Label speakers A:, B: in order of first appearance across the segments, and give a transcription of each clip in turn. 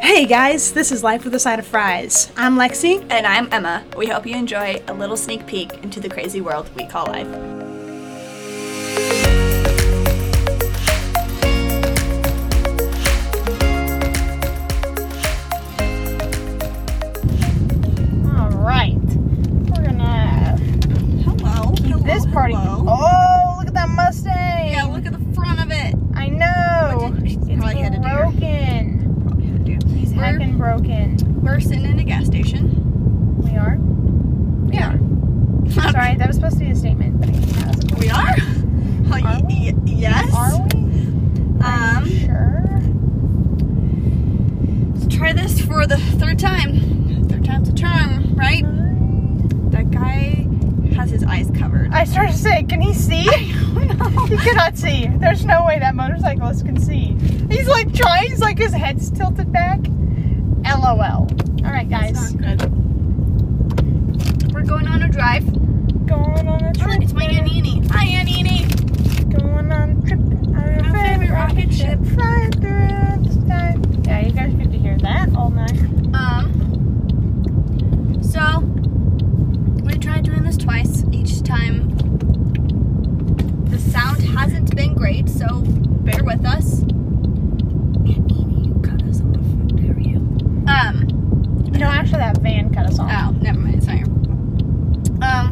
A: Hey guys, this is Life with a Side of Fries. I'm Lexi.
B: And I'm Emma. We hope you enjoy a little sneak peek into the crazy world we call life.
A: All right, we're gonna
B: Hello. Keep
A: this party. Oh, look at that Mustang!
B: Yeah, look at the front of it.
A: I know. It's
B: Probably had to do.
A: broken.
B: He's we're,
A: Heckin' broken.
B: we're sitting in a gas station.
A: We are.
B: Yeah.
A: Sorry, that was supposed to be a statement. But I think that was
B: We are? Oh,
A: Are
B: y- y- yes.
A: Are we?
B: Um,
A: Sure.
B: let's try this for the third time. Third time's a charm, right? That guy has his eyes covered.
C: I started to say, can he see? He cannot see. There's no way that motorcyclist can see. He's like trying, he's like his head's tilted back. LOL. Alright
B: It's
C: guys.
B: not good. We're going on a drive.
C: Going on a
B: Oh, look,
C: trip.
B: it's my Aunt Annie. Hi, Aunt Annie.
C: Going on a trip. Our favorite rocket ship flying through the sky. Yeah, you guys get to hear that all night.
B: Um, so we tried doing this twice. Each time the sound hasn't been great, so bear with us. Aunt Amy, you cut us off. How dare you? Um,
C: No, actually that van cut us off.
B: oh, never mind. It's not your. Um,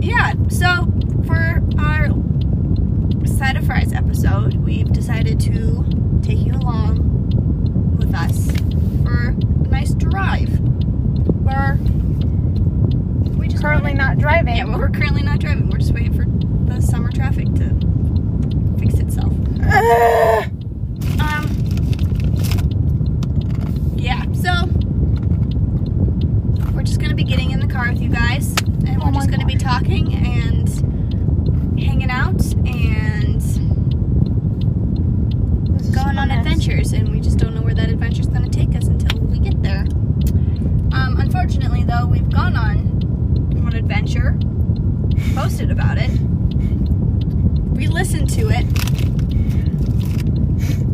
B: yeah. So for our side of fries episode, we've decided to take you along with us for a nice drive. We're we just
C: Currently not
B: yeah,
C: driving.
B: well, we're currently not driving. We're just waiting for the summer traffic to fix itself.
C: Ah!
B: Um. Yeah. So we're just gonna be getting in the car with you guys, and we're
C: Oh
B: just
C: my
B: gonna be talking and hanging out and
C: This is
B: going
C: so
B: on
C: nice.
B: adventures, and we just don't know where that adventure's gonna take us until we get there. Um, unfortunately, though, we've gone on one adventure, posted about it, we listened to it,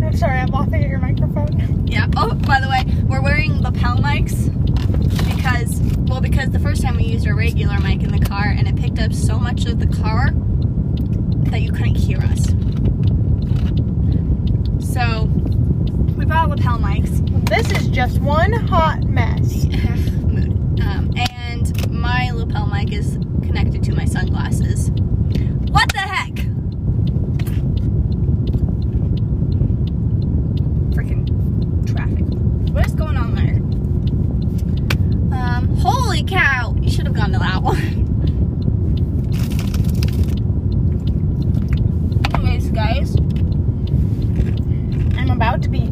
C: I'm sorry, I'm laughing at your microphone.
B: Yeah. Oh, by the way, we're wearing lapel mics because, well, because the first time we used a regular mic in the car and it picked up so much of the car that you couldn't hear us. So we bought lapel mics.
C: This is just one hot mess.
B: Mood. Um, and my lapel mic is connected to my sunglasses. What the heck? Freaking traffic. What is going on there? Um, holy cow! You should have gone to that one. Anyways, guys,
C: I'm about to be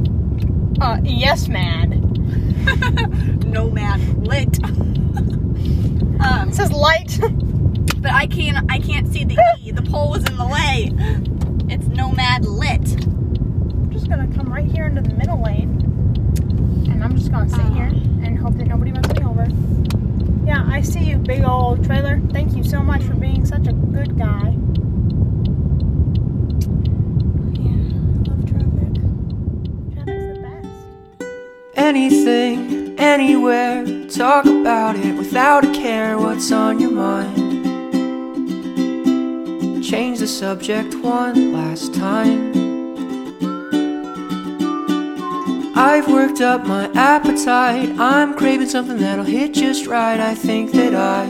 C: uh yes mad.
B: nomad lit. um,
C: It says light.
B: but I can't. I can't see the E. The pole was in the way. It's nomad lit.
C: I'm just gonna come right here into the middle lane, and I'm just gonna sit
B: Uh-huh.
C: here and hope that nobody runs me over. Yeah, I see you, big old trailer. Thank you so much for being such a good guy.
B: Yeah, I love traffic.
C: Traffic's the best.
D: Anything, anywhere, talk about it without a care what's on your mind. Change the subject one last time. I've worked up my appetite. I'm craving something that'll hit just right. I think that I.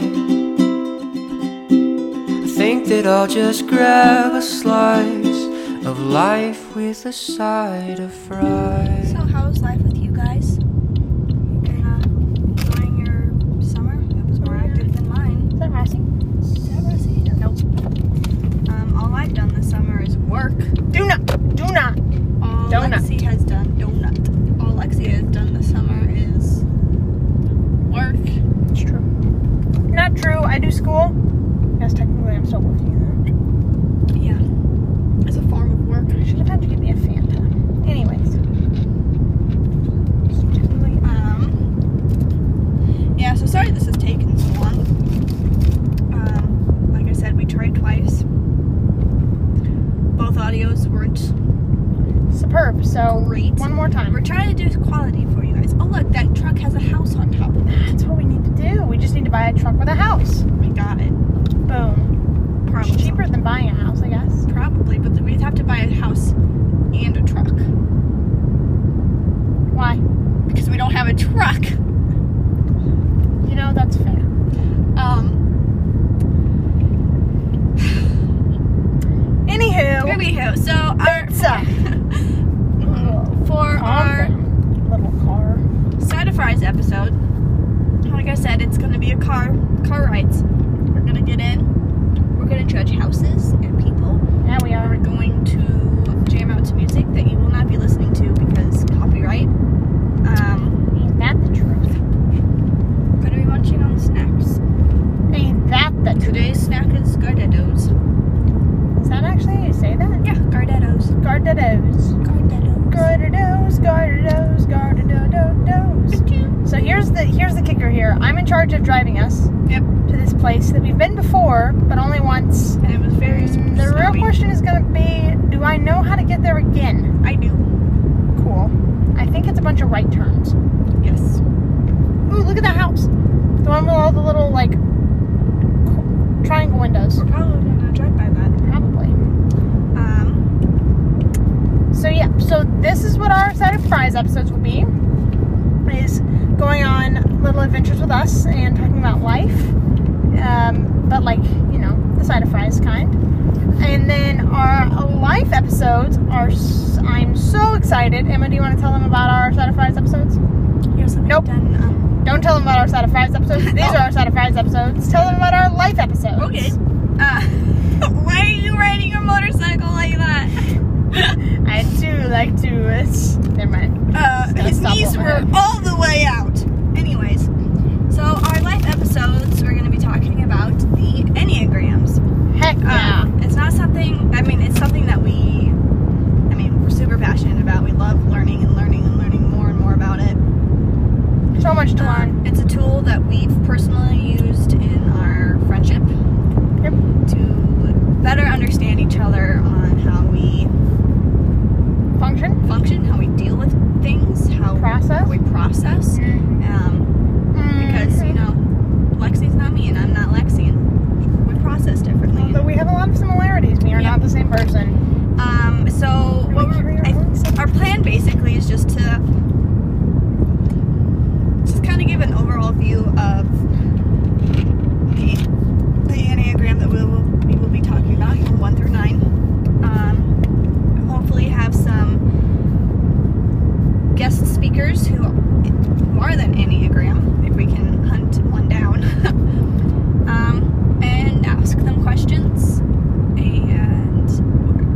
D: I think that I'll just grab a slice of life with a side of fries.
B: So how's life with you guys? Been uh, enjoying your summer? It was more active than mine.
C: Is that Rossi?
B: Nope. Um, all I've done this summer is work.
C: Do not, do not.
B: All
C: Donut.
B: Lexi has done donut. All Lexi has done this summer is work.
C: It's true. Not true. I do school. Yes, technically, I'm still working.
B: Yeah. It's a form of work.
C: Though. Should have had to give me a Fanta. Anyways,
B: Um, Um,
C: verb. So
B: Great.
C: one more time.
B: We're trying to do quality for you guys. Oh look, that truck has a house on top of it.
C: That's what we need to do. We just need to buy a truck with a house.
B: We got it.
C: Boom.
B: Probably.
C: It's cheaper than buying a house, I guess.
B: Probably, but then we'd have to buy a house and a truck
C: Why?
B: because we don't have a truck.
C: You know, that's fair.
B: Um.
C: Anywho,
B: Anywho, so our
C: pizza.
B: for our
C: Calm down, little car.
B: side of fries episode. Like I said, it's gonna be a car car rides. We're gonna get in. We're gonna judge houses and people.
C: Yeah, we
B: We're
C: are.
B: going to jam out to music that you will not be listening to because copyright. Um,
C: Ain't that the truth?
B: we're gonna be munching on snacks.
C: Ain't that the truth?
B: Today's snack is Gardettos.
C: Is that actually how you say that?
B: Yeah, Gardettos.
C: Gardados.
B: Gardettos.
C: Gardados, gardados, gardadodos. So here's the here's the kicker here. I'm in charge of driving us
B: Yep.
C: to this place that we've been before, but only once.
B: And it was very
C: Mm, The real
B: snowy.
C: question is gonna be, do I know how to get there again?
B: I do.
C: Cool. I think it's a bunch of right turns.
B: Yes.
C: Ooh, look at that house. The one with all the little like qu- triangle windows.
B: We're probably gonna drive by that.
C: Probably.
B: Um,
C: So yeah, so this is what our set of prize episodes will be. Is going on little adventures with us and talking about life. Um, but like, you know, the side of fries kind. And then our life episodes are s- I'm so excited. Emma, do you want to tell them about our side of fries episodes?
B: here's something
C: Nope.
B: done. Um,
C: Don't tell them about our side of fries episodes. These are our side of fries episodes. Tell them about our life episodes.
B: okay. Uh, why are you riding your motorcycle like that?
C: I do like to. It's, never mind.
B: Uh,
C: Gotta
B: his
C: stop
B: knees
C: over
B: were
C: there.
B: all the way out. Anyways, so our life episodes, we're going to be talking about the Enneagrams.
C: Heck yeah.
B: Um, it's not something, I mean, it's something that we, I mean, we're super passionate about. We love learning and learning and learning more and more about it.
C: so much to learn.
B: Um, it's a tool that we've personally used in our friendship
C: Yep.
B: to better understand each other on how we
C: Function.
B: function, how we deal with things, how
C: Process.
B: we process. Um, because
C: Mm,
B: you know Lexi's not me and I'm not Lexi, and we process differently.
C: Although we have a lot of similarities, we are
B: Yeah.
C: not the same person.
B: Um, so what
C: we carry
B: we're,
C: our
B: I,
C: own stuff?
B: our plan basically is just to just kind of give an overall view of the the enneagram that we will we will be talking about, you know, one through nine. Um, and hopefully have some guest speakers who who are than enneagram if we can hunt one down. um, and ask them questions and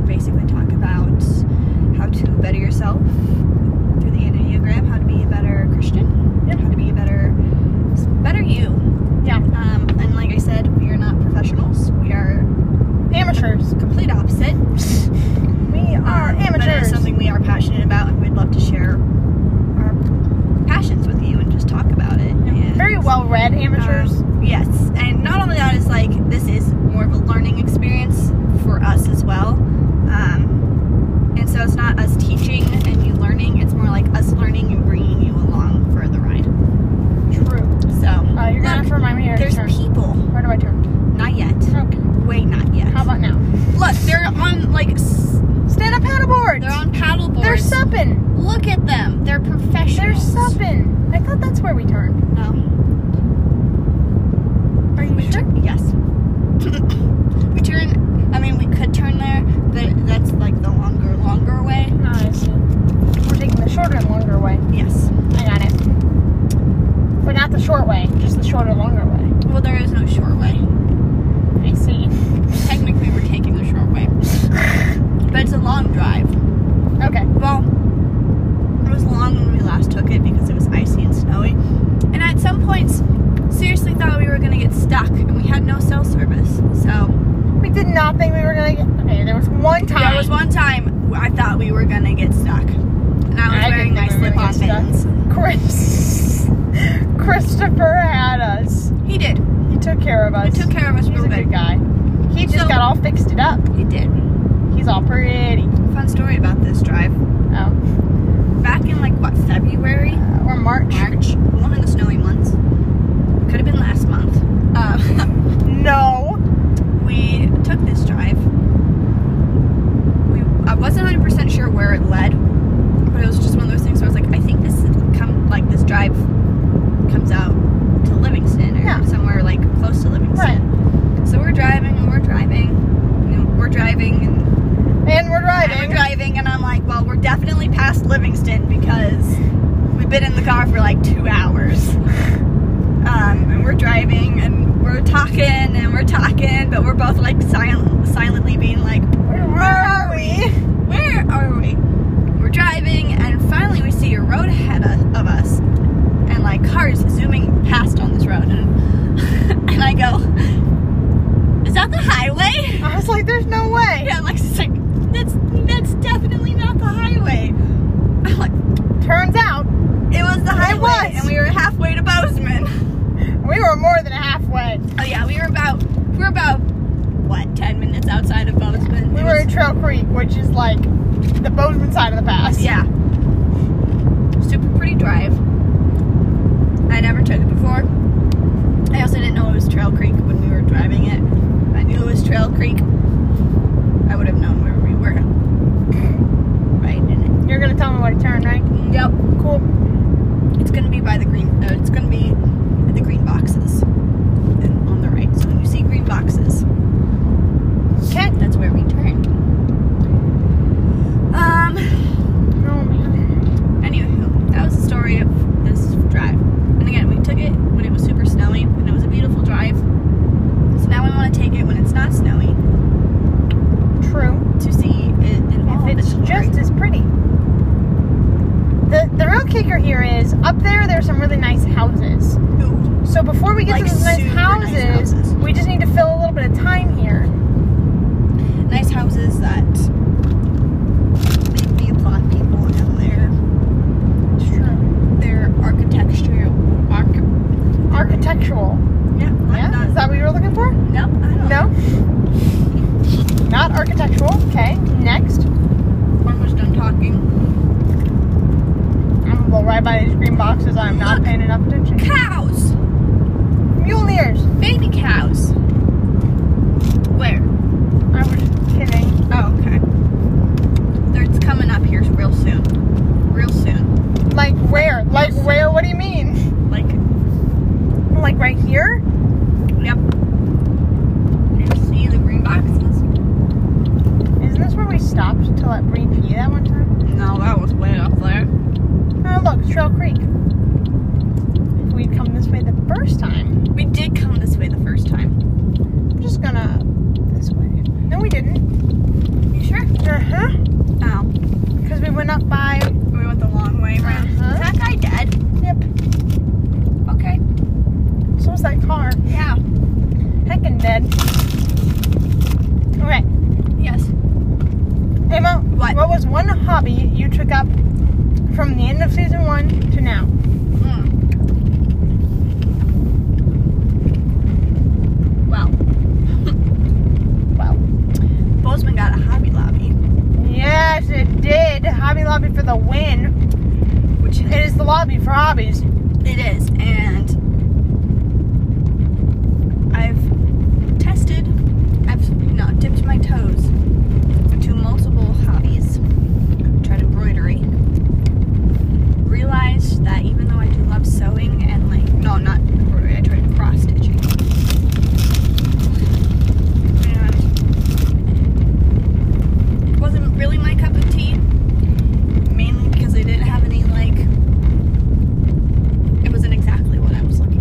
B: basically talk about how to better yourself through the Enneagram, how to be a better Christian,
C: Yep.
B: how to be a better, better you.
C: Yeah.
B: Um, and like I said, we are not professionals. We are
C: Amateurs.
B: complete opposite.
C: We are
B: Um, But it is
C: amateurs.
B: something we are passionate about, and we'd love to share our passions with you and just talk about it. And,
C: Very well read amateurs.
B: um, yes, and not only that is like this is more of a learning experience for us as well, um, and so it's not us teaching and you learning. It's more like us learning and bringing you along for the ride.
C: True.
B: So
C: Uh, you're gonna have
B: look,
C: to remind me here.
B: there's
C: turn.
B: people.
C: Where do I turn?
B: Not yet.
C: Okay.
B: Wait, not yet.
C: How about now?
B: Look, they're on like s-
C: Stand up paddleboards.
B: they're on paddle boards.
C: They're supping.
B: Look at them. They're
C: They're
B: professionals.
C: supping. I thought that's where we turned.
B: No.
C: Are you
B: We
C: sure?
B: turn. Yes. we turn. I mean, we could turn there, but that's like the longer, longer way.
C: No, I see. We're taking the shorter and longer way.
B: Yes.
C: I got it. But not the short way, just the shorter, longer way.
B: Well, there is no short way.
C: I see.
B: Technically, we're taking the short way, but it's a long drive.
C: Okay.
B: Well, it was long when we last took it because it was icy and snowy, and at some points, seriously thought we were gonna get stuck, and we had no cell service. So.
C: We did not think we were gonna get. Okay, there was one time.
B: There was one time I thought we were gonna get stuck, and I was
C: I
B: wearing
C: didn't
B: my
C: think we were
B: slip-on
C: gonna get stuck.
B: things.
C: Chris. Christopher had us.
B: He did.
C: He took care of
B: He
C: us.
B: took care of us
C: He's
B: real
C: a good
B: good.
C: guy. He just
B: So-
C: got all fixed it up.
B: He did.
C: He's all pretty.
B: fun story about this drive.
C: Oh,
B: Back in like what February,
C: or March.
B: March, one of the snowy months. Could have been last month. Uh,
C: No.
B: we took this drive. We, I wasn't 100% sure where it led, but it was just one of those things where I was like, I think this come like this drive comes out to Livingston or
C: Yeah.
B: somewhere like close to
C: Right.
B: Livingston. So we're driving and we're driving, and we're driving and
C: And we're
B: and
C: driving.
B: we're driving, and I'm like, well, we're definitely past Livingston because we've been in the car for like two hours. Um, and we're driving, and we're talking, and we're talking, but we're both like silent, silently being like,
C: Where are we?
B: where are we? We're driving, and finally we see a road ahead of, of us, and like cars zooming past on this road, and, and I go, is that the highway?
C: I was like, there's no way.
B: Yeah, Lexi's like, that's that's definitely not the highway. I'm like,
C: Turns out
B: it was the highway,
C: was.
B: and we were halfway to Bozeman.
C: we were more than halfway.
B: Oh yeah, we were about we were about what ten minutes outside of Bozeman.
C: We
B: It
C: were
B: was-
C: in Trail Creek, which is like the Bozeman side of the pass.
B: yeah, super pretty drive. I never took it before. I also didn't know it was Trail Creek when we were driving it. If I knew it was Trail Creek. I would have known where we were. Right in
C: You're gonna tell me where to turn, right?
B: it. Yep.
C: Cool.
B: It's gonna be by the green. Uh, it's gonna be at the green boxes and on the right. So when you see green boxes,
C: Okay.
B: that's where we turned. Um.
C: Oh man.
B: Anywho, that was the story of this drive. And again, we took it when it was super snowy, and it was a beautiful drive. So now we want to take it when it's not snowy
C: True.
B: to see it in all
C: If
B: of
C: it's
B: glory.
C: just as pretty. The the real kicker here is up there there's some really nice houses.
B: Ooh,
C: So before we get
B: Like
C: to those nice
B: super
C: houses,
B: nice houses.
C: we just need to fill a little bit of time here.
B: nice houses that make me applaud people and their
C: It's true.
B: their architecture. Arch-
C: Architectural.
B: yeah,
C: Yeah? Is that what you were looking for?
B: no, I don't
C: No? Not architectural. Okay. Next.
B: I'm just done talking.
C: I'm gonna go right by these green boxes. I'm not
B: Look.
C: paying enough attention.
B: Cows,
C: Muleers.
B: baby cows. Where?
C: I was kidding.
B: Oh, okay. They're- It's coming up here real soon. Real soon.
C: Like where? Like where? What do you mean?
B: Like,
C: Like right here?
B: yep. You see the green boxes?
C: Isn't this where we stopped to let Bree pee that one time?
B: No, that was way up there.
C: Oh look, Trail Creek. If we'd come this way the first time,
B: We did come this way the first time.
C: I'm just gonna this way. No, we didn't.
B: You sure?
C: Uh huh.
B: Oh,
C: Because we went up by.
B: we went the long way around.
C: Uh-huh.
B: Is that guy dead?
C: Yep.
B: Okay.
C: So was that car.
B: Yeah.
C: Heckin' dead. Okay.
B: Yes.
C: Hey Mo,
B: What?
C: what was one hobby you took up from the end of season one to now?
B: Mm. Well,
C: Well.
B: Bozeman got a Hobby Lobby,
C: Yes, it did. Hobby Lobby for the win.
B: which
C: It is the lobby for hobbies.
B: It is, and I've tested, I've not dipped my toes into multiple hobbies. Tried embroidery. Realized that even though I do love sewing and like, no, not embroidery, I tried cross stitching. And it wasn't really my cup of tea, mainly because I didn't have any like it wasn't exactly what I was Um,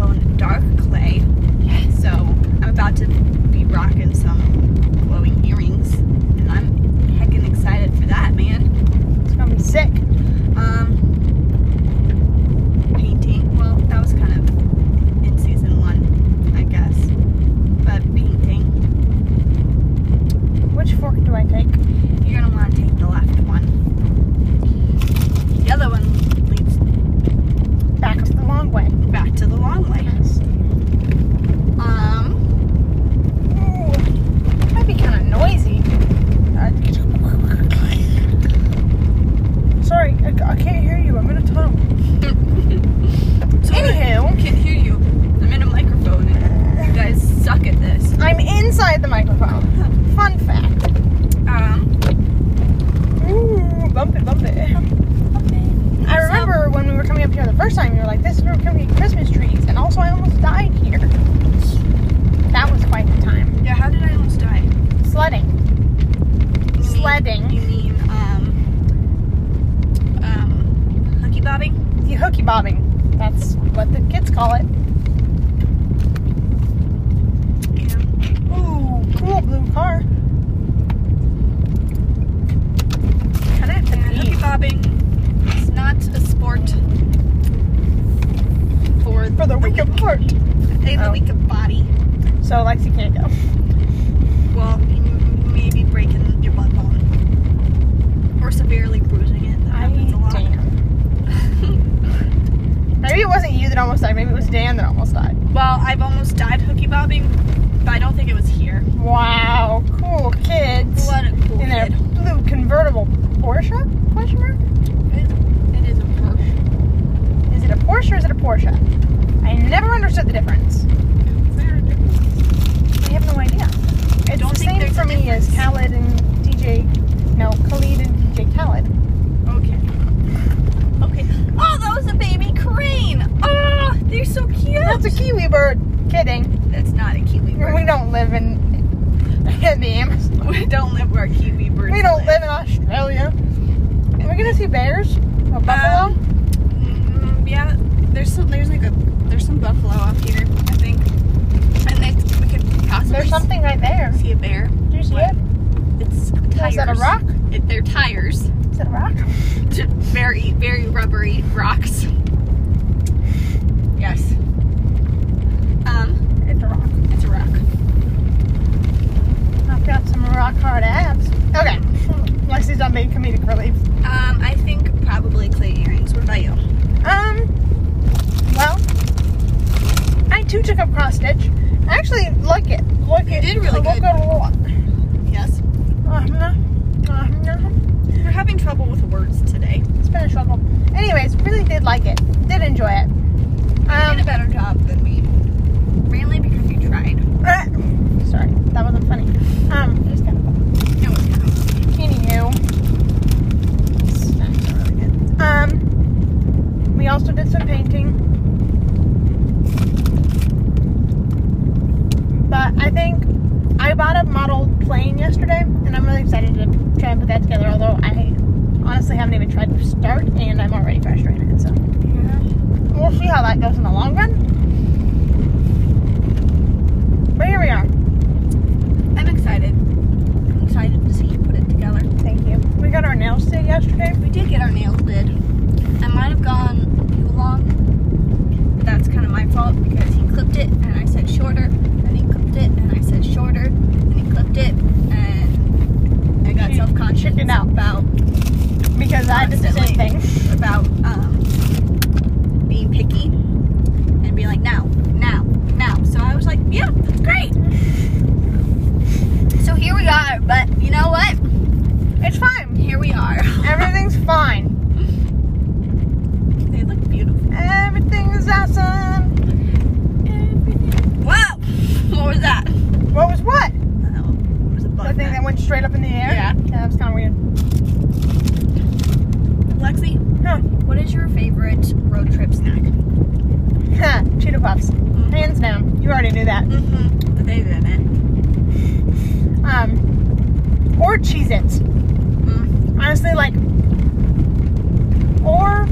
B: Um, Um, Um,
C: fun fact.
B: Um,
C: Ooh, bump it, bump it. I
B: So-
C: remember when we were coming up here the first time, you were like, this is where we're coming to get Christmas trees. And also, I almost died here. That was quite a time.
B: yeah, how did I almost die?
C: Sledding.
B: You mean-
C: Sledding.
B: You mean, um, um, hooky bobbing?
C: You hooky bobbing. That's what the kids call it.
B: Yeah.
C: Ooh, cool blue car.
B: Cut it. And hooky bobbing is not a sport for
C: For the week apart.
B: in the
C: Oh.
B: week of body.
C: So, Lexi can't go.
B: Well, m- maybe breaking your butt bone or severely bruising it. That happens a lot.
C: Damn. Maybe it wasn't you that almost died. Maybe it was Dan that almost died.
B: Well, I've almost died hooky bobbing, but I don't think it was here.
C: Wow, cool kids.
B: What a cool
C: In their
B: kid.
C: blue convertible Porsche? Question mark?
B: It is a Porsche.
C: Is it a Porsche or is it a Porsche? I never understood the difference. I have no idea. It's
B: don't
C: the
B: think
C: same
B: there's
C: for
B: a
C: me as Khaled and DJ. No, Khalid and DJ Khaled.
B: Okay. Okay. Oh, that was a baby crane. Oh, they're so cute.
C: That's a kiwi bird. Kidding.
B: That's not a kiwi
C: We
B: bird.
C: don't live in, in the Amazon.
B: We don't live where kiwi birds.
C: We don't live in Australia. Are we gonna see bears? Or buffalo?
B: Um, Mm, yeah, there's some. There's like a. There's some buffalo up here, I think. And they, we could possibly
C: There's something right there.
B: see a bear.
C: Do you see
B: What?
C: it?
B: It's
C: Is
B: tires.
C: that a rock?
B: It, they're tires.
C: Is that a rock?
B: very, very rubbery rocks. Yes. Um,
C: It's a rock.
B: it's a rock.
C: I've got some rock hard abs. Okay. Lexi's done being comedic relief.
B: Um, I think probably clay earrings. What about you?
C: Um, well, I too took up cross stitch. I actually like it. Like
B: You
C: it.
B: did really
C: I like
B: good.
C: it a lot.
B: Yes.
C: Um, um,
B: We're having trouble with words today.
C: it's been a struggle. Anyways, really did like it. Did enjoy it.
B: you did a
C: Um,
B: better job than me. Mainly because you tried.
C: sorry, that wasn't funny. Um, just kind of
B: It was kind of
C: anywho. Snacks are really good. Um, we also did some painting. But I think I bought a model plane yesterday, and I'm really excited to try and put that together. Although I honestly haven't even tried to start, and I'm already frustrated. So we'll see how that goes in the long run. But here we are.
B: I'm excited. I'm excited to see you put it together.
C: Thank you. We got our nails did yesterday.
B: We did get our nails did. I might have gone too long. But that's kind of my fault because he clipped it and I said shorter, and he clipped it and I said shorter, and he clipped it, and I got
C: Chicken-
B: self conscious
C: chicken out.
B: about
C: Because I did the same thing.
B: about um, being picky and being like now, now, now. So I was like, yeah, that's great. So here we are, but you know what?
C: It's fine.
B: Here we are.
C: Everything's fine.
B: they look beautiful.
C: Everything is awesome.
B: Wow! What was that?
C: What was what?
B: It was a
C: The thing that went straight up in the air?
B: Yeah.
C: that was kind of weird.
B: Lexi,
C: Huh.
B: what is your favorite road trip snack?
C: Huh. Cheeto Puffs.
B: Mhm.
C: Hands down. You already knew that.
B: Mm-hmm. But they didn't.
C: Um, or Cheez Its.
B: Mm.
C: Honestly, like, or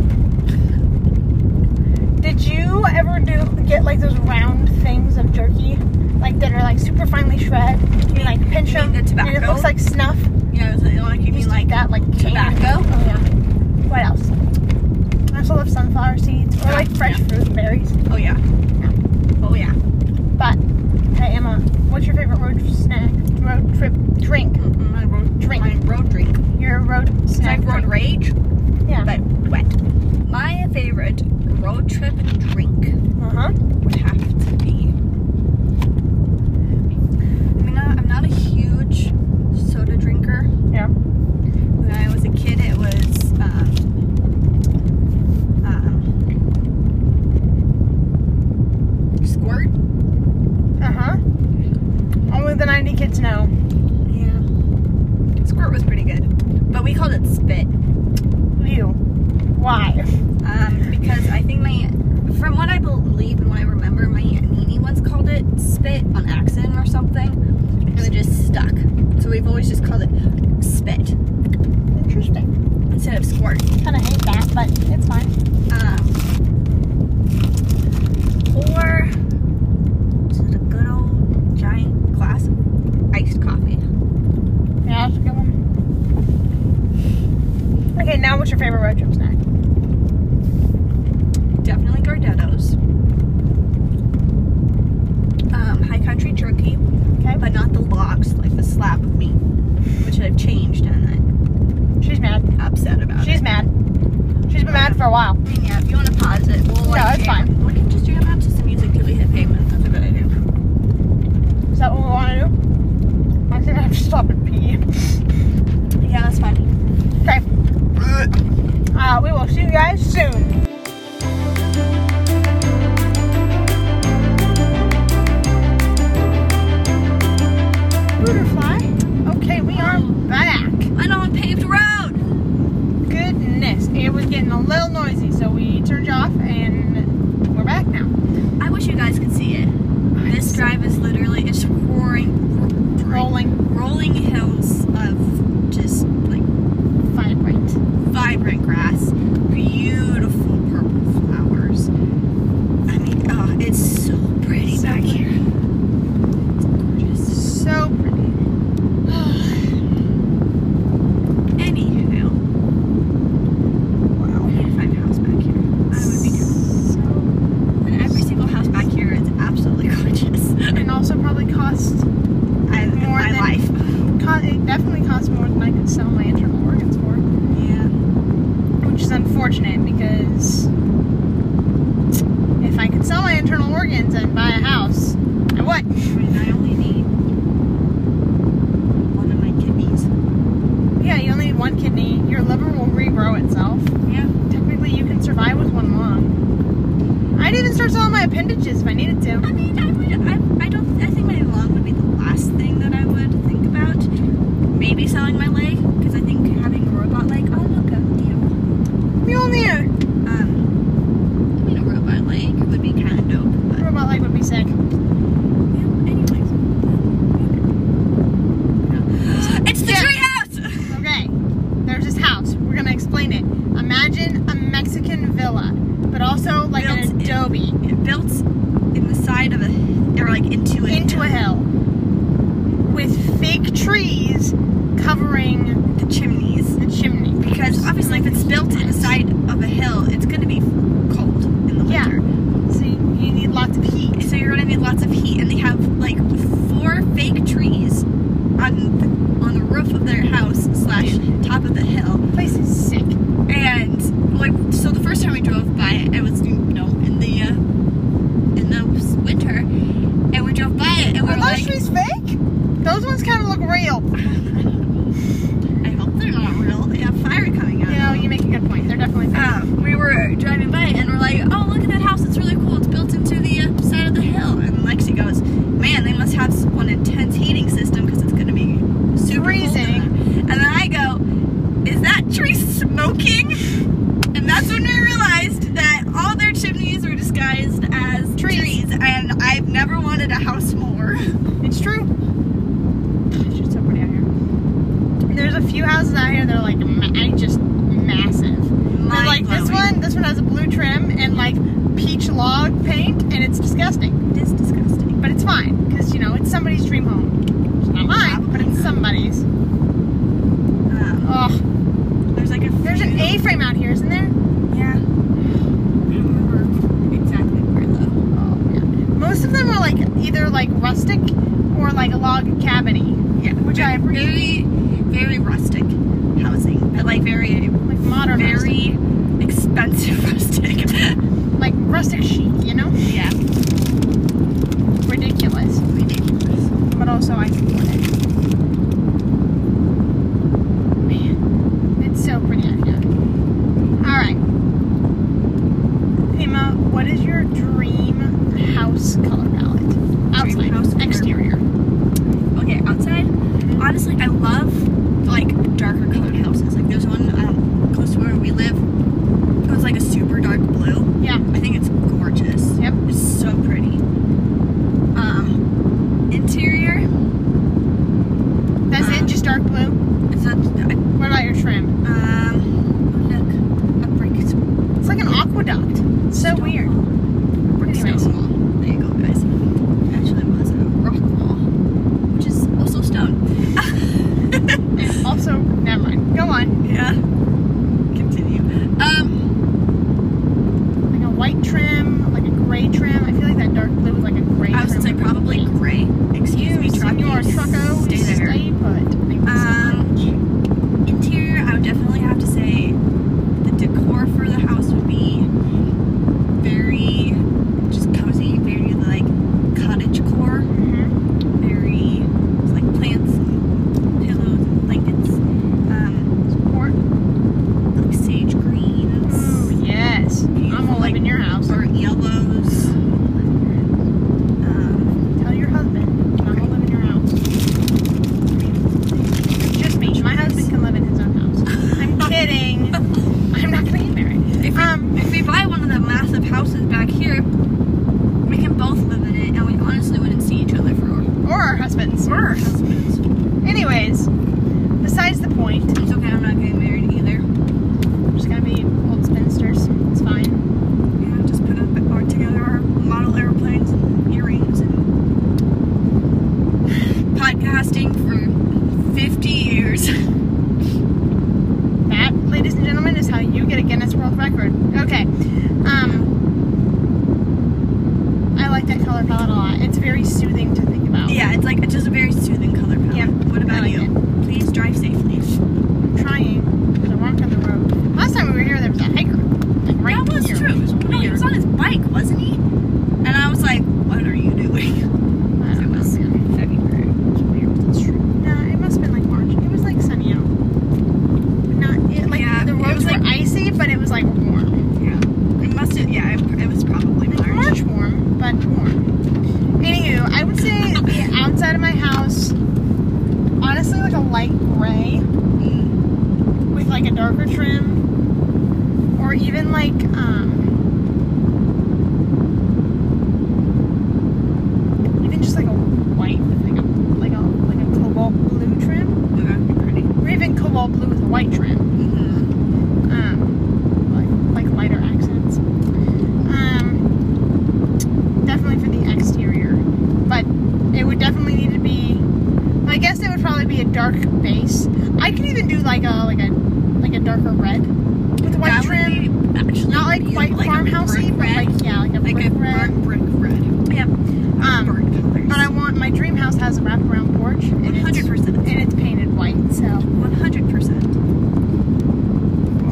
C: did you ever do get like those round things of jerky? Like that are like super finely shred. You like pinch
B: You
C: them
B: mean the
C: and it
B: tobacco?
C: looks like snuff.
B: Yeah, was it like you mean
C: used to
B: like
C: eat that like canned.
B: tobacco?
C: Oh, yeah. What else? I also love sunflower seeds or like fresh fruit and berries.
B: Oh yeah. Oh yeah.
C: But hey Emma, what's your favorite road snack? Road trip drink?
B: Mm-mm, My road
C: Drink.
B: My road drink.
C: Your road
B: It's like
C: snack?
B: road
C: drink.
B: rage,
C: Yeah.
B: but wet. My favorite road trip drink
C: Uh huh.
B: would have to be. I mean, I- I'm not a huge soda drinker.
C: Yeah.
B: When I was a kid, it was um, um, squirt.
C: Uh huh. Uh-huh. Only the 90 kids know.
B: Yeah. Um, believe, and what I remember, my aunt Nini once called it spit on accident or something, and it just stuck. So we've always just called it spit
C: Interesting.
B: instead of squirt.
C: Kind of hate that, but it's fine.
B: Um, or just a good old giant glass of iced coffee.
C: Yeah, that's a good one. Okay, now what's your favorite road trip snack?
B: Definitely Gardettos. Um, high country jerky.
C: Okay.
B: but not the logs, like the slab of meat, which I've changed and
C: She's mad.
B: I'm upset about.
C: She's
B: it.
C: mad. She's been mad for a
B: I
C: while.
B: mean, yeah, if you want to pause it, we'll like,
C: No, it's
B: jam-
C: fine.
B: We can just jam out to some music till we hit pavement. That's a good idea.
C: Is that what we want to do? I think I have to stop and pee.
B: Yeah, that's fine.
C: Okay. Uh, we will see you guys soon. Butterfly. Okay, we are back.
B: And on paved road.
C: Goodness, it was getting a little noisy, so we turned you off and we're back now.
B: I wish you guys could see it. This drive is literally it's roaring, roaring,
C: Rolling
B: rolling hills of just like
C: vibrant.
B: vibrant grass, beautiful purple flowers. I mean, oh, it's so pretty
C: So
B: back here. It's gorgeous.
C: So pretty.
B: Anywho, we
C: wow.
B: need to find a house back here. I would be down. And every single house back here is absolutely gorgeous.
C: And also probably cost
B: I live
C: More
B: my
C: than-
B: life.
C: Co- it definitely costs more than I could sell my internal organs for,
B: Yeah.
C: which is unfortunate because if I could sell my internal organs and buy a house, I
B: I
C: would.
B: mean, I only need one of my kidneys.
C: Yeah, you only need one kidney. Your liver will regrow itself.
B: Yeah.
C: Technically, you can survive with one lung. I'd even start selling my appendages if I needed to.
B: I mean, I would. I, I don't. I think my lung would be the last thing that I would think about. Maybe selling my leg because I think having a robot leg. Oh look, a deal.
C: Mjolnir!
B: Um, I mean, a robot leg would be kind of dope. But
C: Robot leg would be sick.
B: yeah, anyways. It's the treehouse.
C: Okay, there's this house. We're gonna explain it. Imagine a Mexican villa, but also like
B: Built in.
C: an adobe
B: It built in the side of a, or like into it.
C: into a hill with fake trees covering
B: The chimneys.
C: the chimney.
B: Because obviously, if it's built in the side of a hill, it's going to be cold in the
C: Yeah.
B: winter.
C: So you you need lots of heat.
B: so you're gonna need lots of heat, and they have like four fake trees on the, on the roof of their house slash top of the hill,
C: The place is sick.
B: and like so the first time we drove by it, I was you know in the uh, in the s- winter, and we drove by it, and we
C: Are
B: were
C: those
B: like,
C: trees fake? Those ones kind of look real.
B: I hope they're not real. They have fire coming out.
C: You know, you make a good point. They're definitely fake.
B: Um, we were driving by it and we're like, oh, look at that house. It's really cool. It's built into the uh, side of the hill. And Lexi goes, man, they must have s- one intense heating system because it's going to be super
C: Freezing.
B: Cold in there." and then I go, is that tree smoking? And that's when we realized that all their chimneys were disguised as trees. and I've never wanted a house more.
C: Uh, It's true. It's just so pretty out here. There's a few houses out here that are like ma- I just massive. They're like this
B: Mind-blowing.
C: one. This one has a blue trim and like peach log paint, and it's disgusting.
B: It is disgusting.
C: But it's fine, because, you know, it's somebody's dream home. It's not Uh. mine, but it's somebody's.
B: Um,
C: Ugh.
B: there's like a
C: There's an
B: few-
C: A frame out here, isn't there?
B: Yeah. I don't remember exactly where though.
C: Oh, yeah. Most of them are like either like rustic or like a log cabiny.
B: Yeah.
C: Which I
B: very,
C: appreciate.
B: very rustic housing, but like very,
C: Like modern rustic.
B: very expensive rustic.
C: Like rustic chic, you know?
B: yeah.
C: Ridiculous.
B: Ridiculous.
C: But also I support it. Man. It's so pretty out here. Alright. Emma, what is your dream house color palette? Outside.
B: house color
C: exterior.
B: Okay, outside. Honestly, I love like darker colored houses. Like there's one um, close to where we live. It was like a super dark blue.
C: Yeah.
B: I think it's Um, gorgeous.
C: Yep.
B: Uh-huh. um, um, Um, Um,
C: Mm-hmm. Oh.
B: Um, here, we can both live in it, and we honestly wouldn't see each other for
C: Or our husbands.
B: or our husbands.
C: Anyways, besides the point,
B: It's okay, I'm not getting married either.
C: we're just gonna be old spinsters. It's fine.
B: Yeah, just put up our together our model airplanes and earrings and podcasting for 50 years.
C: That, ladies and gentlemen, is how you get a Guinness World Record. Okay. Um, I like that color palette a lot. It's very soothing to think about.
B: Yeah, it's like it's just a very soothing color palette.
C: Yeah,
B: What
C: I
B: about
C: like
B: you? Please drive safely.
C: I'm trying. 'cause I walked on the road. Last time we were here, there was a hiker. Like right
B: that was
C: here.
B: true.
C: It was
B: no, he
C: weird.
B: was on his bike, wasn't he? And I was like, what are you doing?
C: I don't
B: It was
C: know, man.
B: February.
C: It's weird. It's true. Nah, it must have been like March. It was like sunny out. But Not it, like
B: Yeah,
C: the
B: it was,
C: roads
B: like-
C: were icy, but it was like warm.
B: Yeah. It must have, yeah, it, it was probably
C: Like
B: March.
C: March warm, but warm. Anywho, I would say the outside of my house, honestly, like a light gray with like a darker trim, or even like um, even just like a white with like a like a like a cobalt blue trim,
B: Yeah, that'd be pretty.
C: or even cobalt blue with a white trim.
B: Mhm.
C: um, like, like lighter accents. Um, definitely for the exterior, but it would definitely need to be. I guess it would probably be a dark base. I could even do like a like a like a darker red with white
B: That would
C: trim,
B: be actually
C: not like
B: beautiful,
C: white
B: like a
C: farmhousey,
B: brick
C: but
B: red.
C: like yeah, like a
B: like
C: brick
B: a
C: red.
B: burnt brick red. Yep.
C: Um,
B: burnt colors.
C: But I want my dream house has a wraparound porch and it's,
B: 100%.
C: and it's painted white, so
B: 100%.
C: more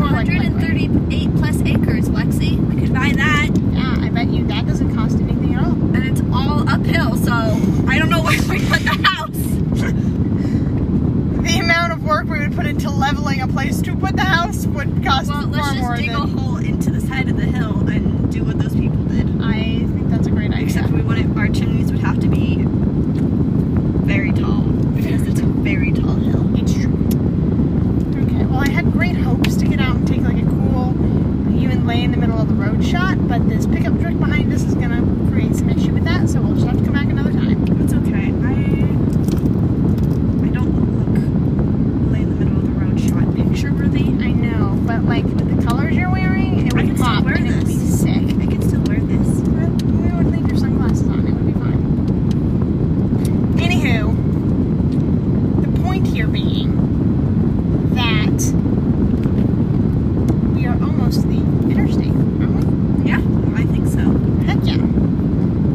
C: like light red.
B: 138 plus acres, Lexi. We could buy that.
C: Yeah, I bet you that doesn't cost anything at all.
B: And it's all uphill, so I don't know where we put the house.
C: The amount of work we would put into leveling a place to put the house would cost
B: Well, let's just
C: far more
B: dig a
C: than.
B: hole into the side of the hill and do what those people did.
C: I think that's a great idea.
B: Except we wouldn't, our chimneys would have to be very tall because it's a very tall hill.
C: It's true. Okay. Well, I had great hopes to get out and take like a cool, you and lay in the middle of the road shot, but this pickup truck behind us is gonna create some issue with that, so we'll just have to come back another time.
B: It's okay. I I don't look lay in the middle of the road shot picture worthy.
C: I know, but like with the colors you're wearing, it
B: I
C: would
B: can still
C: pop
B: wear
C: and it would be
B: this.
C: sick.
B: I can still wear this.
C: Well, we would leave your sunglasses on. It would be fine. Anywho, the point here being that we are almost the interstate, aren't
B: Yeah, I think so.
C: we? Heck yeah.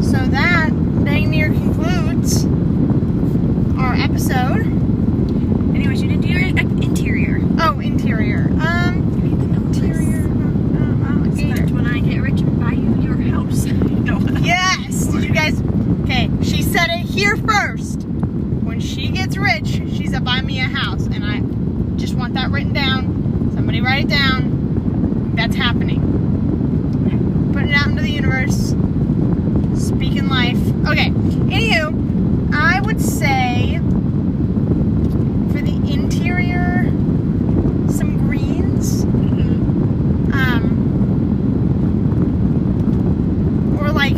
C: So that dang near concludes our episode.
B: Anyways, you didn't do your uh, interior.
C: Oh, interior. Um, interior. uh, uh,
B: Expect when I get rich and buy you your house. no.
C: Yes, you guys. Okay, she said it here first. When she gets rich, she's a buy me a house, and I just want that written down. Somebody write it down. That's happening. Putting it out into the universe. Speaking life. Okay. Anywho, I would say for the interior, some greens
B: Mhm.
C: um, or like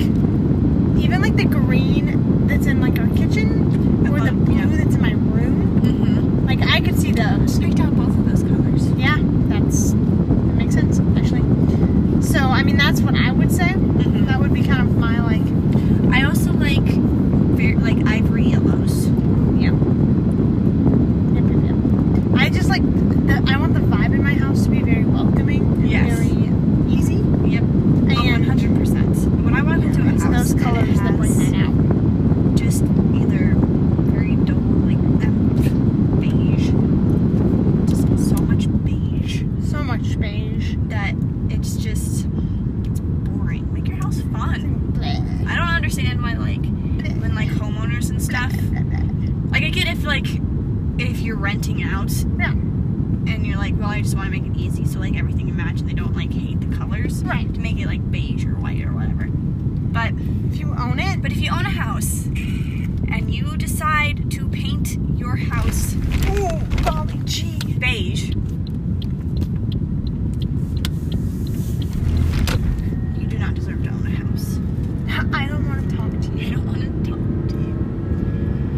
C: even like the green that's in like our kitchen or the
B: Above,
C: blue
B: yeah.
C: that's in my room.
B: Mhm.
C: Like I could see those.
B: Picked out both of those colors.
C: Yeah, that's that makes sense actually. So I mean that's what I would say.
B: Mhm.
C: That would be kind of my like
B: I also like ver- like ivory yellows.
C: yep, yep, yep. I just like the, I want the vibe in my house to be very welcoming, and
B: Yes.
C: very easy,
B: Yep. Oh, One
C: and
B: hundred percent. When I walk into a
C: it's
B: house,
C: those
B: and it
C: colors that bring
B: has-
C: that out.
B: just either very dull, like that beige, just so much beige
C: So much beige.
B: that it's just it's boring. Make your house fun. I don't understand why like when like homeowners and stuff. Like I get if like if you're renting out
C: Yeah.
B: and you're like, well, I just want to make it easy, so like everything you match, and they don't like hate the colors
C: Right.
B: to make it like beige or white or whatever. But
C: If you own it,
B: But if you own a house and you decide to paint your house
C: Ooh, golly gee.
B: beige, you do not deserve to own a house.
C: Oh,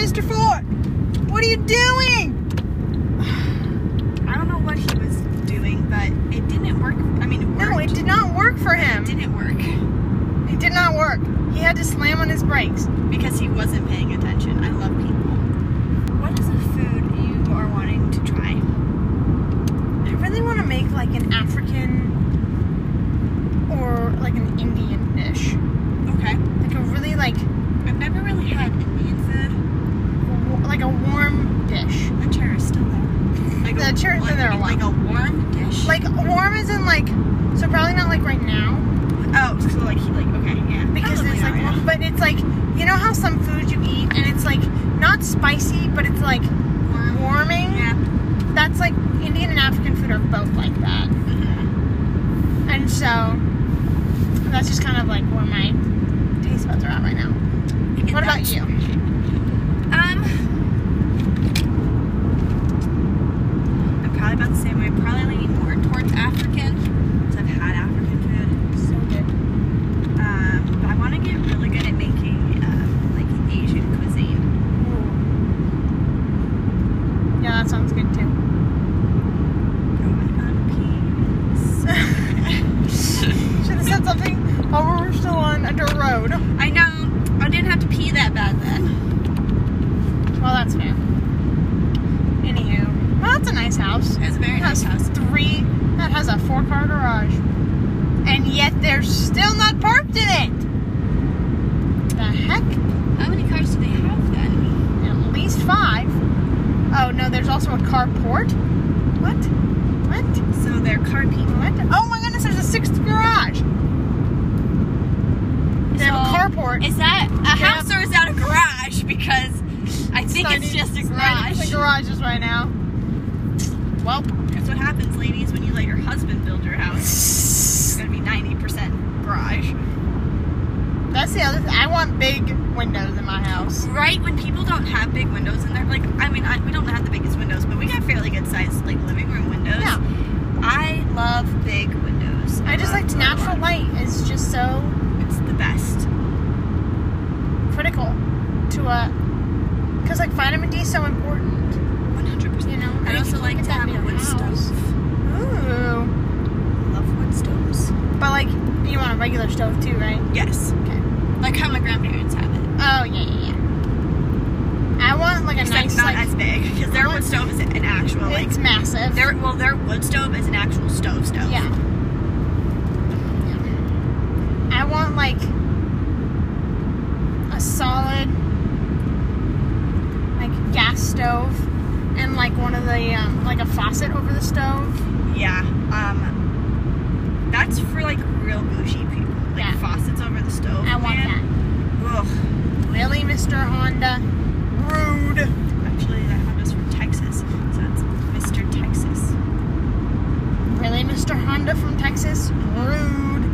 C: Chapter 4! What are you doing?
B: I don't know what he was doing, but it didn't work. I mean, it worked.
C: No, it did not work for him.
B: didn't work
C: It did not work. He had to slam on his brakes.
B: because he wasn't paying attention. I love people. What is a food you are wanting to try?
C: I really want to make like an African or like an Indian dish.
B: Okay.
C: Like a really like
B: I've never really had Indian
C: wa- like a warm dish.
B: food. The chair is still there. Like
C: The chair's
B: like,
C: been there a
B: Like a warm dish.
C: Like warm is in like so probably not like right now
B: oh, so like he like okay yeah.
C: because
B: Probably
C: it's
B: not
C: like warm,
B: right
C: but it's like you know how some foods you eat and it's like not spicy but it's like
B: now. warm.
C: warming.
B: Yeah.
C: That's like Indian and African food are both like that.
B: Mhm.
C: And so that's just kind of like where my taste buds are at right now.
B: And
C: What about
B: that's-
C: you?
B: Um. I'm probably about the same way. Probably leaning more towards African. Because I've had African food.
C: So good.
B: Um, but I want to get really good at making um, like Asian cuisine.
C: Yeah, that sounds good too.
B: Oh my god, peas.
C: Should have said something while we we're still on under a road. Well,
B: I know. I didn't have to pee that bad then.
C: that's fair. Anywho, well, that's a nice house.
B: It was a very
C: It
B: nice
C: has
B: house.
C: three. That has a four-car garage, and yet they're still not parked in it. The heck?
B: How many cars do they have then?
C: At least five. Oh no, there's also a carport. What? What?
B: So they're car people.
C: What? Oh my goodness, there's a sixth garage. They have a
B: So-
C: carport.
B: Is that a house or is that a garage? Because I think it's, just a garage.
C: The garages right now. Well,
B: That's what happens, ladies, when you let your husband build your house. It's gonna be 90% garage.
C: that's the other thing. I want big windows in my house.
B: Right when people don't have big windows in their like, I mean, I, we don't have the biggest windows, but we got fairly good sized like living room windows.
C: Yeah.
B: I love big windows.
C: I just
B: love
C: like
B: them a
C: natural
B: lot.
C: light is just so
B: It's the best.
C: critical to a because like vitamin D is so important.
B: 100%.
C: You know,
B: I
C: and if
B: also
C: you
B: like
C: get
B: to have
C: that in
B: a
C: your
B: wood
C: house-
B: stove.
C: Ooh,
B: Love wood stoves.
C: but like you want a regular stove too, right?
B: Yes.
C: Okay.
B: Like how my grandparents have it.
C: Oh yeah, yeah, yeah. I want like a
B: It's
C: nice
B: like not
C: like
B: as big because their wood stove is an actual like
C: it's massive.
B: their well their wood stove is an actual stove stove.
C: Yeah. I want like a solid like gas stove and like one of the um, like a faucet over the stove.
B: Yeah. Um, that's for like real bougie people. Like
C: Yeah.
B: faucets over the stove.
C: I want
B: man. Ugh.
C: that. Really, Mr. Honda? Rude.
B: Actually, that Honda's from Texas, so it's Mr. Texas.
C: Really, Mr. Honda from Texas? Rude.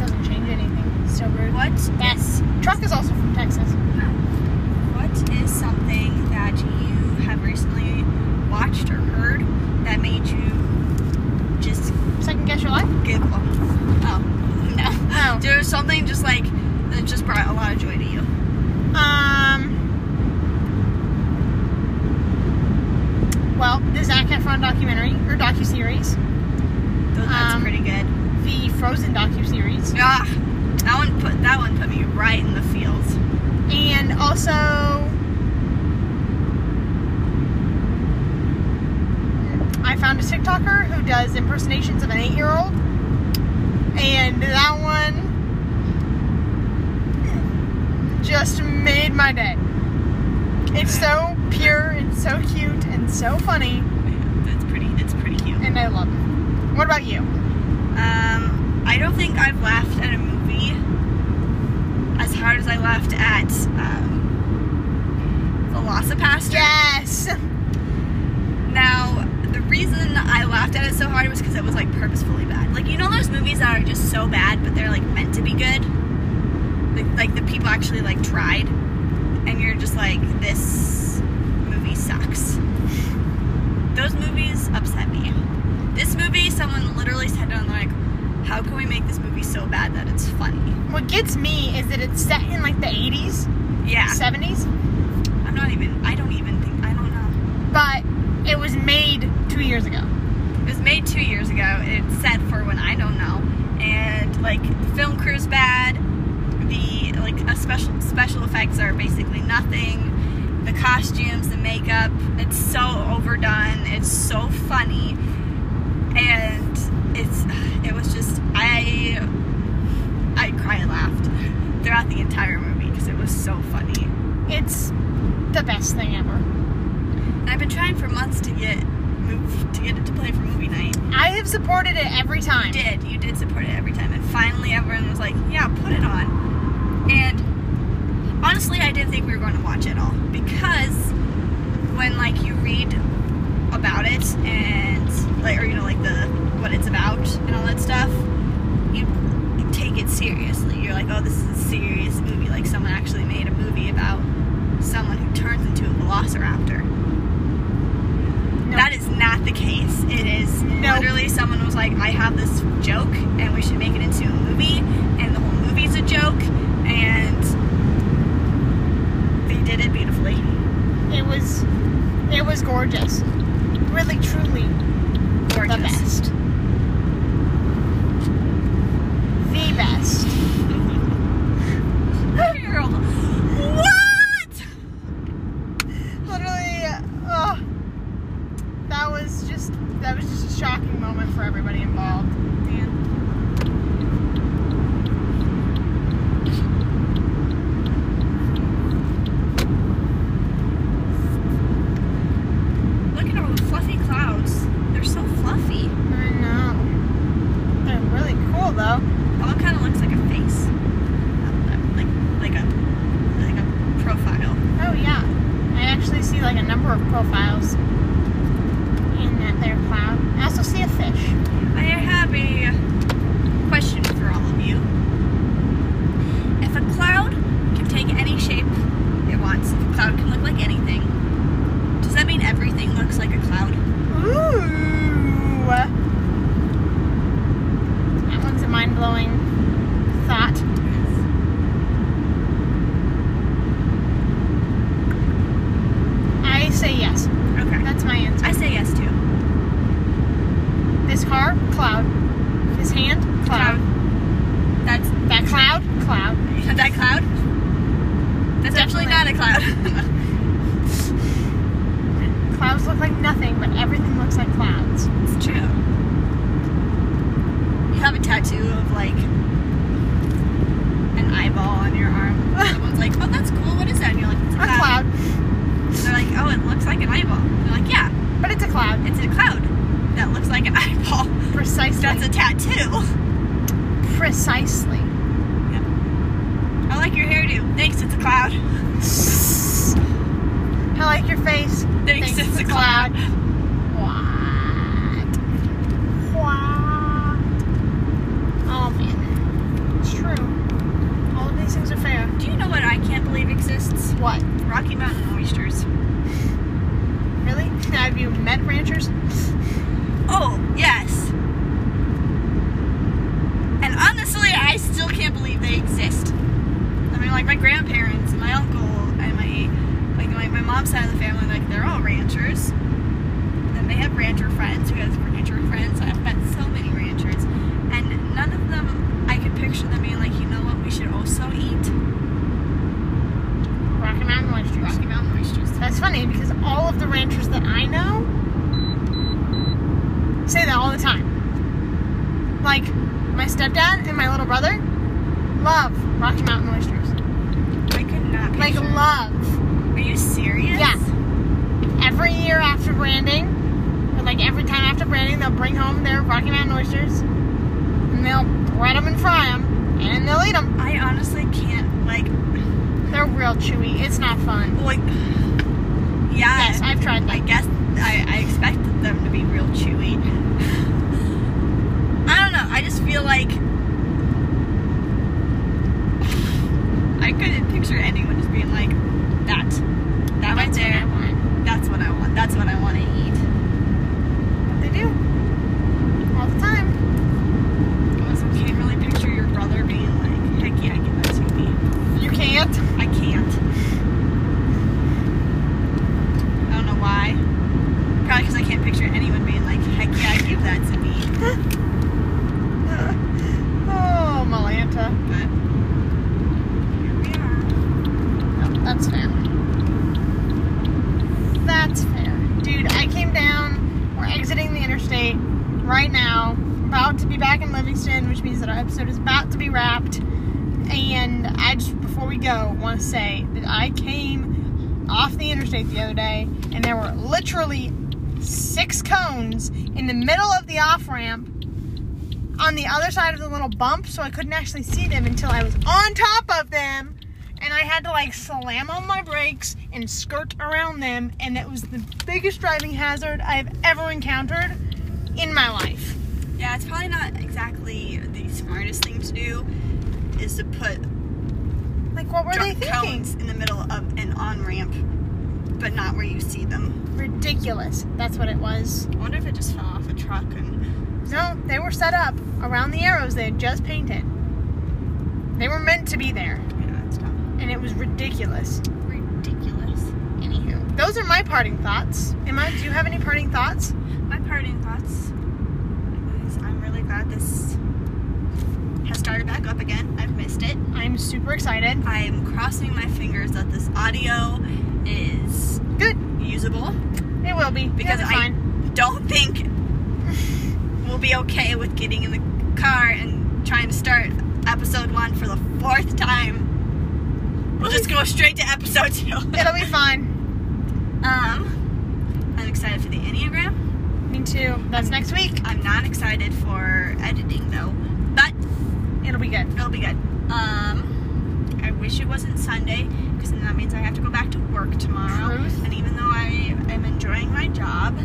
C: Doesn't change anything. Still rude.
B: What?
C: Yes. Truck is also from Texas.
B: What is something that you have recently watched or heard that made you just
C: Second guess your life?
B: giggle? Oh no.
C: No.
B: There's something just like that just brought a lot of joy to you.
C: Um. Well, the Zac Efron documentary or docu series,
B: Though that's
C: Um,
B: pretty good.
C: the Frozen docu series,
B: Ah, that one put that one put me right in the fields.
C: and also I found a TikToker who does impersonations of an eight-year-old, and that one just made my day. It's so pure and so cute and so funny.
B: That's pretty. It's pretty cute.
C: and I love it. What about you?
B: Um, I don't think I've laughed at a movie as hard as I laughed at um, Velocipaster.
C: Yes.
B: Now, the reason I laughed at it so hard was because it was like purposefully bad. Like you know those movies that are just so bad, but they're like meant to be good. Like, like the people actually like tried, and you're just like, this movie sucks. Those movies upset me. This movie, someone literally said on like, how can we make this movie so bad that it's funny?
C: What gets me is that it's set in like the 80s,
B: Yeah.
C: 70s, two years ago.
B: It was made two years ago. It's set for when I don't know. And like the film crew's bad. The like a special special effects are basically nothing. The costumes, the makeup, it's so overdone. It's so funny, and it's it was just I I cry laughed throughout the entire movie because it was so funny.
C: It's the best thing ever.
B: And I've been trying for months to get move to get it to play for movie night.
C: I have supported it every time.
B: You did. You did support it every time. And finally, everyone was like, yeah, put it on. And honestly, I didn't think we were going to watch it all because when, like, you read about it and, like, or, you know, like, the what it's about and all that stuff, you take it seriously. You're like, oh, this is a serious movie. Like, someone actually made a movie about someone who turns into a velociraptor.
C: No.
B: That is not the case. It is
C: Nope.
B: literally someone was like, I have this joke and we should make it into a movie, and the whole movie's a joke, and they did it beautifully.
C: It was it was gorgeous. Really truly
B: Gorgeous.
C: the best. The best.
B: Girl, what?
C: Literally uh, that was just that was just a shocking moment for everybody involved. Man.
B: Look at all the fluffy clouds. They're so fluffy.
C: I know. They're really cool though.
B: All kind of looks like a face, like like a like a profile.
C: Oh yeah, I actually see like a number of profiles in that there cloud. I also see a fish.
B: I have a question for all of you. If a cloud can take any shape it wants, if a cloud can look like anything, does that mean everything looks like a cloud?
C: Ooh, that one's a mind-blowing thought. I say yes.
B: Okay.
C: That's my answer.
B: I say yes too.
C: This car, cloud. His hand, cloud.
B: That's
C: That cloud, cloud.
B: that cloud? That's actually not a cloud.
C: Clouds look like nothing, but everything looks like clouds.
B: It's true. You have a tattoo of like an eyeball on your arm. Someone's like, "Oh, that's cool. What is that?" And you're like, "It's a
C: A cloud,
B: And They're like, "Oh, it looks like an eyeball." And They're like, "Yeah,
C: but it's a cloud.
B: it's a cloud that looks like an eyeball.
C: Precisely.
B: That's a tattoo."
C: Precisely.
B: I like your hairdo. Thanks, it's a cloud.
C: I like your face.
B: Thanks, it's, a cloud.
C: What? What? Oh man. It's true. All of these things are fair.
B: Do you know what I can't believe exists?
C: What?
B: Rocky Mountain oysters.
C: Really? Have you met ranchers?
B: Oh, yes. And honestly, I still can't believe they exist. I mean, like my grandparents, and my uncle, and my like my, my mom's side of the family, like they're all ranchers. And they have rancher friends who have rancher friends. I've met so many ranchers, and none of them I could picture them being like, you know what, we should also eat
C: Rocky Mountain oysters.
B: Rocky Mountain oysters.
C: That's funny because all of the ranchers that I know say that all the time. Like my stepdad and my little brother love Rocky Mountain oysters.
B: I could not picture.
C: Like love.
B: are you serious?
C: Yeah. every year after branding, or like every time after branding, they'll bring home their Rocky Mountain oysters, and they'll bread them and fry them, and they'll eat them.
B: I honestly can't like
C: They're real chewy. It's not fun.
B: like. Yeah.
C: Yes, I've tried
B: I
C: like
B: guess I, I expected them to be real chewy. I don't know. I just feel like I couldn't picture anyone just being like that. That right there. That's what I want. That's what I want to eat.
C: They do all the time.
B: Also, I can't really picture your brother being like, heck yeah, give that to me.
C: You can't.
B: I can't. I don't know why. Probably because I can't picture anyone being
C: Oh, That's fair. That's fair. Dude, I came down. We're exiting the interstate right now. About to be back in Livingston, which means that our episode is about to be wrapped. And I just, before we go, want to say that I came off the interstate the other day and there were literally six cones in the middle of the off ramp on the other side of the little bump, so I couldn't actually see them until I was on top of them. And I had to like slam on my brakes and skirt around them, and it was the biggest driving hazard I've ever encountered in my life.
B: Yeah, it's probably not exactly the smartest thing to do is to put
C: Like, what were they
B: drunk
C: thinking?
B: cones in the middle of an on ramp, but not where you see them.
C: Ridiculous. That's what it was.
B: I wonder if it just fell off a truck and
C: No, they were set up around the arrows they had just painted. They were meant to be there,
B: you know, it's not
C: and it was ridiculous.
B: ridiculous.
C: Anywho, those are my parting thoughts. Emma, do you have any parting thoughts?
B: My parting thoughts is I'm really glad this has started back up again. I've missed it.
C: I'm super excited.
B: I'm crossing my fingers that this audio is
C: Good.
B: usable
C: It will be
B: because
C: It'll be
B: I
C: fine.
B: don't think we'll be okay with getting in the car and trying to start episode one for the fourth time. We'll just go straight to episode two.
C: It'll be fine.
B: um, I'm excited for the Enneagram.
C: Me too. That's next week.
B: I'm not excited for editing though, but
C: It'll be good.
B: it'll be good. Um, I wish it wasn't Sunday because then that means I have to go back to work tomorrow.
C: Truth.
B: And even though I am enjoying my job,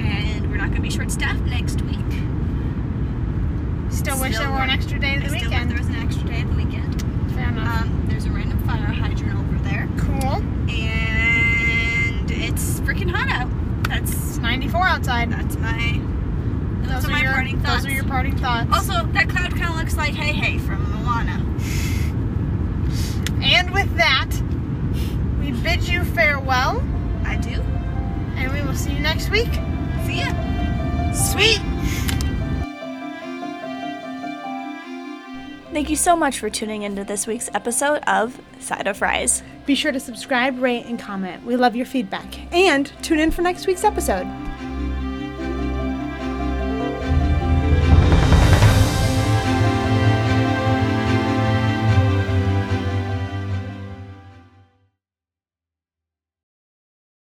B: and we're not going to be short staffed next week,
C: Still, wish
B: Still
C: there were an
B: work.
C: extra day of
B: I
C: the
B: still wish
C: weekend.
B: there was an extra day at the weekend.
C: Fair enough.
B: Um, there's a random fire hydrant over there,
C: cool.
B: and it's freaking hot out. That's
C: It's 94 outside.
B: that's my uh, those, are, my
C: your,
B: parting thoughts.
C: Those are your parting thoughts.
B: also, that cloud kind of looks like Hey Hey from Moana.
C: and with that, we bid you farewell,
B: I do.
C: and we will see you next week.
B: See ya.
C: Sweet.
E: Thank you so much for tuning into this week's episode of Side of Fries.
C: Be sure to subscribe, rate, and comment. We love your feedback. And tune in for next week's episode.